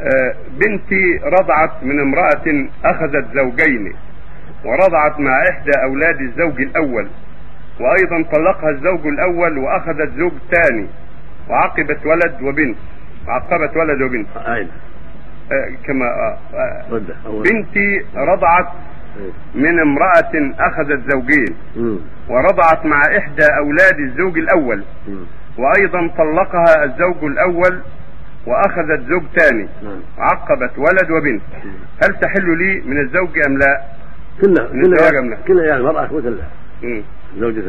آه، بنتي رضعت من امرأة أخذت زوجين ورضعت مع إحدى أولاد الزوج الأول وأيضا طلقها الزوج الأول وأخذت زوج ثاني وعقبت ولد وبنت عقبت ولد وبنت أين؟ كما آه، رد أول بنتي رضعت من امرأة أخذت زوجين إيه. مم. ورضعت مع إحدى أولاد الزوج الأول مم. وأيضا طلقها الزوج الأول وأخذت زوج ثاني نعم عقبت ولد وبنت هل تحل لي من الزوج أم لا؟ كلها من الزواج أم لا؟ كلها كلها يعني المرأة مثل مم. زوجة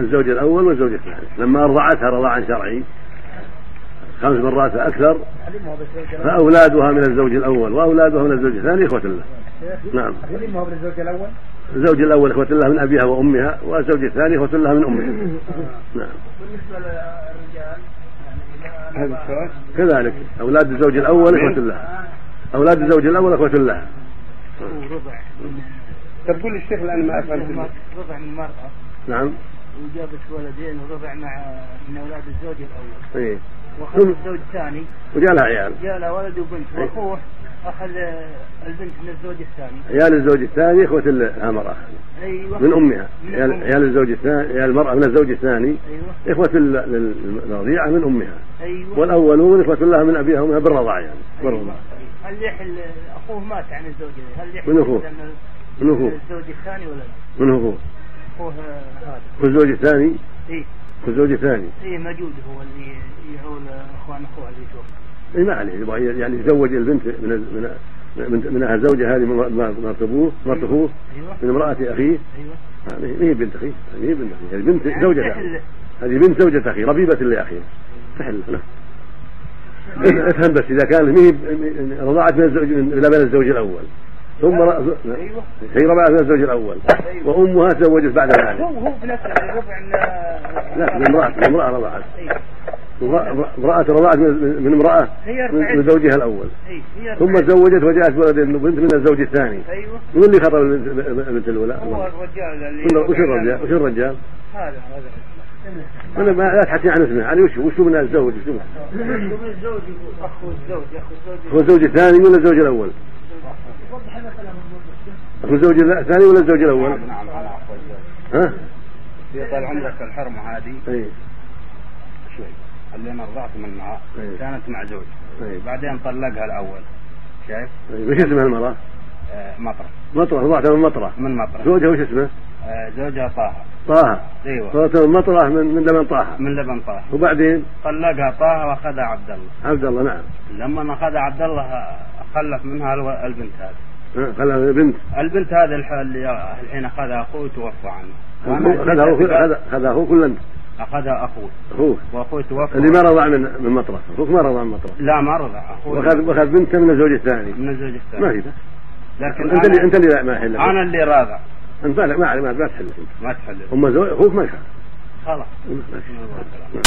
الزوج الأول والزوج الثاني لما رضعتها رضاعا شرعي خمس مرات فأكثر علمها بالزوج الاول فأولادها من الزوج الأول وأولادها من الزوج الثاني إخوة له نعم علمها بالزوج الاول الزوج الأول إخوة لها من أبيها وأمها والزوج الثاني إخوة لها من أمها نعم بالنسبه للرجال يعني هذا السؤال كذلك أولاد الزوج الأول إخوة لها أولاد الزوج الأول إخوة لها رضع طب قول الشيخ الآن ما أفهمت رضع من المراه نعم وجابت ولدين ورضع مع من اولاد الزوج الاول إيه واخذ الزوج الثاني وجاء لها عيال جاء له ولد وبنت أي. واخوه اخذ البنت من الزوج الثاني عيال الزوج الثاني إخوة لها المرأة ايوه من أمها من عيال أمها. عيال الزوج الثاني عيال المرأة من الزوج الثاني ايوه إخوة لل- لل- للرضيعة من أمها ايوه والأولون إخوة لها من أبيها وأمها بالرضاعة يعني بالرضاعة أيوة. هل يحل اخوه مات عن الزوجه هل يحل من أخوه؟ مثلاً من أخوه الزوج الثاني ولا لا؟ من أخوه اخوه هذا والزوج الثاني ايه والزوج الثاني ايه موجود هو اللي يعول اخوان اخوه اللي يتوفى إيه ما عليه يبغى ي- يعني يتزوج البنت من من من منها الزوجة هذه من م- مرت أبوه مرت أخوه ايوه من امرأة أخيه ايوه هذه ما هي بنت أخيه هذه ما هي بنت أخيه هذه بنت يعني زوجة تحل. أخيه هذه بنت زوجة أخيه ربيبة لأخيه تحل له افهم بس إذا كان ما هي م- م- رضعت من الزوج من إلى بين الزوج الأول ثم ر- ايوه هي رضعت من الزوج الأول أيوة. وأمها تزوجت بعد ذلك هو هو يعني، بنفسه الربع ان يعني. لا من امرأة من امرأة رضعت ايوه امرأة امرأة رضعت من من امرأة هي من من رفعت زوجها الأول اي هي ثم رفعت. تزوجت وجاءت ولد بنت من الزوج الثاني ايوه من اللي خطب البنت البنت هو الأولى؟ الرجال اللي قلنا وش رفع الرجال؟ وش الرجال؟ هذا هذا أنا ما لا تحكي عن اسمه يعني وش وش من الزوج وش هو؟ هو الزوج يقول اخو الزوج اخو الزوج هو الزوج الثاني ولا الزوج الأول؟ هو الزوج الثاني ولا الزوج الأول؟ نعم على عفو ها؟ في طال عمرك الحرمة هذه إيه شوي اللي انا رضعت منها إيه. كانت مع زوج إيه بعدين طلقها الاول شايف إيه. وش اسمها المرأة؟ آه مطرح مطرة رضعتها من مطرة من مطرح زوجها وش اسمه؟ آه زوجها طه طه أيوة. ايوه رضعتها من مطرة من من لمن طه من لبن طه وبعدين طلقها طه واخذها عبد الله عبد الله نعم لما اخذها عبد الله آه، خلف منها الو- البنت هذه ها، خلها بنت البنت هذه الح- اللي الحين اخذها اخوه توفى عنه وأنا خذها هو جيت أتبع- خذها- خذها هو كل انت اخذها اخوه اخوه واخوه توفى اللي ما رضع من من مطرة اخوك ما رضع من مطرة لا ما رضع اخوه واخذ واخذ بنته من الزوج الثاني من الزوج ما في الثاني بس لكن انت اللي انت اللي لا- ما يحل لك. انا اللي راضع انت ما ما ما تحل انت ما تحلل هم زوج اخوك ما يحل خلاص ما في.